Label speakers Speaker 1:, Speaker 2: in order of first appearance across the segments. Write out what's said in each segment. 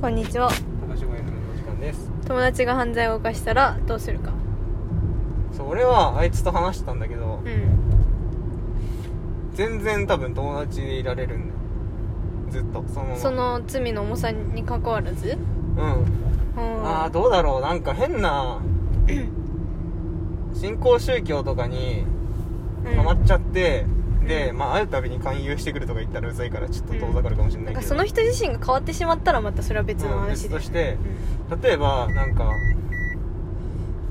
Speaker 1: こんにちは
Speaker 2: おしごやすみのお時間です
Speaker 1: 友達が犯罪を犯したらどうするか
Speaker 2: そう俺はあいつと話したんだけど
Speaker 1: うん
Speaker 2: 全然多分友達でいられるんだよずっとそのまま
Speaker 1: その罪の重さに関わらず
Speaker 2: うんああ
Speaker 1: あ
Speaker 2: どうだろうなんか変 な新興宗教とかにハマっちゃって、で、まあ、会うたびに勧誘してくるとか言ったらうざいからちょっと遠ざかるかもしれな
Speaker 1: ないんか
Speaker 2: けど、
Speaker 1: その人自身が変わってしまったらまたそれは別の
Speaker 2: う
Speaker 1: 話
Speaker 2: ん別
Speaker 1: で、
Speaker 2: として例えばなんか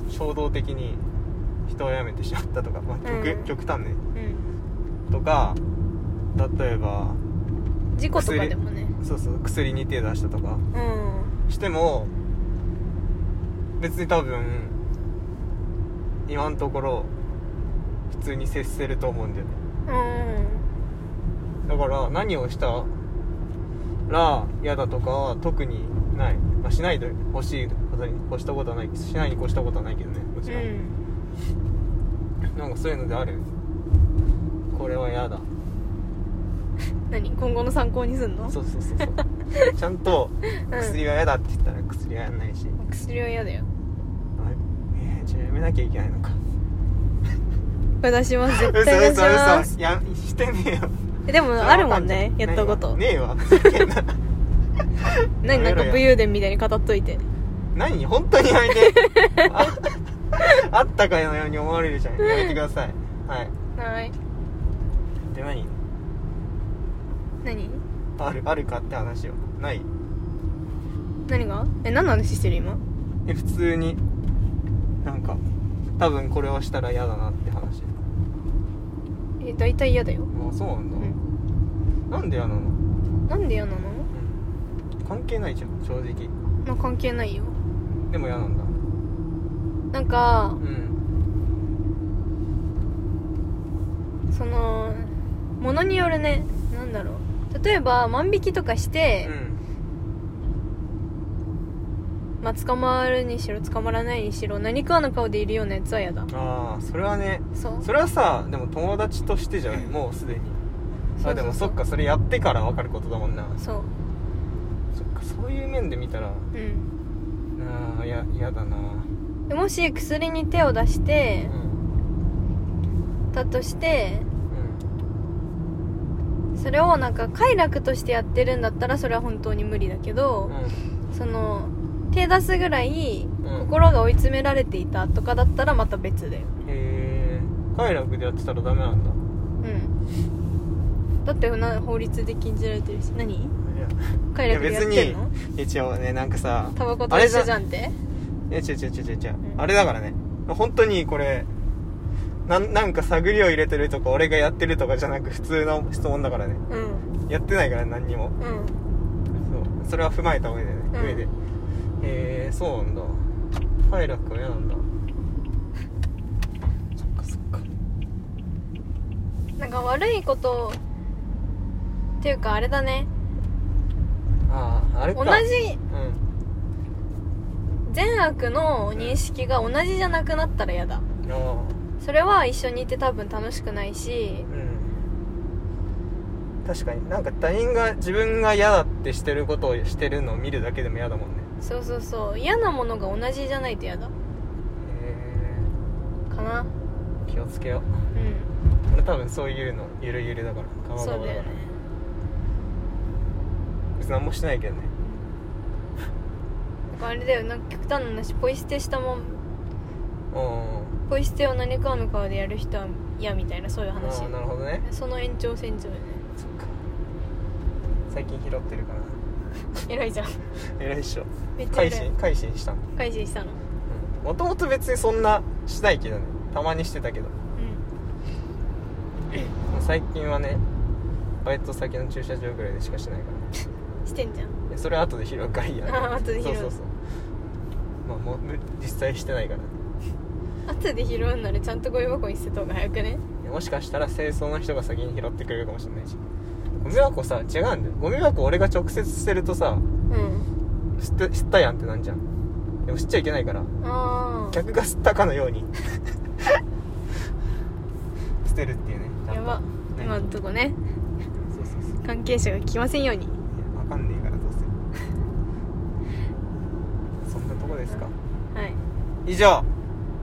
Speaker 2: 衝動的に人を辞めてしまったとか、まあ極
Speaker 1: うん
Speaker 2: 極端ね
Speaker 1: うんうん
Speaker 2: とか例えば
Speaker 1: 事故とかでもね
Speaker 2: そうそう薬に手出したとか
Speaker 1: うん
Speaker 2: しても別に多分今のところ普通に接せると思うんだよね
Speaker 1: うん
Speaker 2: だから何をしたら嫌だとかは特にない、まあ、しないでほしいことに越したことはないしないに越したことはないけどねもち
Speaker 1: う
Speaker 2: ろん、
Speaker 1: ん
Speaker 2: なんかそういうのであるこれは嫌だ
Speaker 1: 何今後の参考にすんの
Speaker 2: そうそうそうそうちゃん と薬は嫌だって言ったら薬はやんないし、
Speaker 1: 薬は嫌だよ
Speaker 2: あえー、じゃあやめなきゃいけないのか
Speaker 1: 出します
Speaker 2: 嘘
Speaker 1: 絶対
Speaker 2: 嘘
Speaker 1: 出します
Speaker 2: 嘘やしてねえよ
Speaker 1: えでもあるもんねやったこと
Speaker 2: ねえわふざけ んな
Speaker 1: 何なんか
Speaker 2: やめろや
Speaker 1: 武勇伝みたいに語っといて
Speaker 2: 何本当にやめてああったかのように思われるじゃんやめてくださいはい
Speaker 1: はい
Speaker 2: で何
Speaker 1: 何
Speaker 2: あるあるかって話をない
Speaker 1: 何がえ何の話してる今
Speaker 2: え普通になんか多分これをしたら嫌だなって話
Speaker 1: え大体嫌だよ
Speaker 2: あそうなん
Speaker 1: う
Speaker 2: だ、
Speaker 1: ん
Speaker 2: なんで嫌なの、
Speaker 1: なんで嫌なの
Speaker 2: 関係ないじゃん正直
Speaker 1: まあ関係ないよ
Speaker 2: でも嫌なんだ
Speaker 1: なんか
Speaker 2: うん
Speaker 1: そのものによるねなんだろう例えば万引きとかして
Speaker 2: う、ん
Speaker 1: まあ捕まるにしろ捕まらないにしろ何かの顔でいるようなやつは嫌だ
Speaker 2: ああそれはね
Speaker 1: そう
Speaker 2: それはさでも友達としてじゃないもうすでに
Speaker 1: そうそうそう
Speaker 2: あでもそっかそれやってから分かることだもんな
Speaker 1: そう
Speaker 2: そっかそういう面で見たら
Speaker 1: うん
Speaker 2: ああいや嫌だな
Speaker 1: でもし薬に手を出し
Speaker 2: う
Speaker 1: て
Speaker 2: ん
Speaker 1: たとして
Speaker 2: うん
Speaker 1: それをなんか快楽としてやってるんだったらそれは本当に無理だけど、
Speaker 2: う
Speaker 1: その手出すぐらい
Speaker 2: うん
Speaker 1: 心が追い詰められていたとかだったらまた別だよ
Speaker 2: んへえ快楽でやってたらダメなんだ
Speaker 1: うんだってな法律で禁じられてるし何
Speaker 2: いや
Speaker 1: 快楽でやってんの
Speaker 2: いや別にえ違うねなんかさ
Speaker 1: タバコ
Speaker 2: あ
Speaker 1: と
Speaker 2: れ
Speaker 1: 一
Speaker 2: じゃ
Speaker 1: 緒じゃんって
Speaker 2: いや違う違う違う違う違う、
Speaker 1: うん
Speaker 2: あれだからね本当にこれなんなんか探りを入れてるとか俺がやってるとかじゃなく普通の質問だからね
Speaker 1: うん
Speaker 2: やってないから何にも
Speaker 1: うん
Speaker 2: そうそれは踏まえた上でね、
Speaker 1: うん
Speaker 2: 上でへえそうなんだ快楽は嫌なんだそっかそっか
Speaker 1: なんか悪いことっていうかあれだね
Speaker 2: あああれか
Speaker 1: 同じ善悪の認識が同じじゃなくなったら嫌だ
Speaker 2: うんああ
Speaker 1: それは一緒にいて多分楽しくないし
Speaker 2: うん確かになんか他人が自分が嫌だってしてることをしてるのを見るだけでも嫌だもんね
Speaker 1: そうそうそう嫌なものが同じじゃないと嫌だ
Speaker 2: へ
Speaker 1: かな
Speaker 2: え気をつけよ
Speaker 1: う
Speaker 2: うん俺多分そういうのゆるゆるだからガバ
Speaker 1: そ
Speaker 2: ガ
Speaker 1: う
Speaker 2: バ
Speaker 1: だ
Speaker 2: だか
Speaker 1: よ
Speaker 2: ら
Speaker 1: ね
Speaker 2: 別に何もしてないけどね
Speaker 1: なんかあれだよなんか極端な話ポイ捨てしたもん
Speaker 2: うん
Speaker 1: ポイ捨てを何かの顔でやる人は嫌みたいなそういう
Speaker 2: あ
Speaker 1: 話
Speaker 2: あなるほどね
Speaker 1: その延長線上でね
Speaker 2: そっか最近拾ってるから
Speaker 1: 偉いじゃん
Speaker 2: 偉いっしょ
Speaker 1: めっちゃ偉
Speaker 2: 改
Speaker 1: い
Speaker 2: 心改心したの
Speaker 1: 改心したの
Speaker 2: もともと別にそんなしないけどねたまにしてたけど
Speaker 1: う
Speaker 2: 最近はねバイト先の駐車場ぐらいでしかしないから
Speaker 1: んしてんじゃん
Speaker 2: でそれは後で拾うからいいや、
Speaker 1: あ ー後で拾う
Speaker 2: そうそうそうまあもうむ実際してないから
Speaker 1: 後で拾うんならちゃんとゴミ箱に捨てた方が早くね
Speaker 2: いやもしかしたら清掃の人が先に拾ってくれるかもしれないしゴミ箱さ違うんだよゴミ箱俺が直接捨てるとさ
Speaker 1: うん
Speaker 2: 捨て捨ったやんってなんじゃんでも捨っちゃいけないから
Speaker 1: ああ
Speaker 2: 客が捨ったかのように 捨てるっていうねちゃんと
Speaker 1: やば
Speaker 2: ね
Speaker 1: 今のとこね
Speaker 2: そうそうそう
Speaker 1: 関係者が来ませんように
Speaker 2: いやわかんねえからどうせ
Speaker 1: とこですか
Speaker 2: はい
Speaker 1: 以上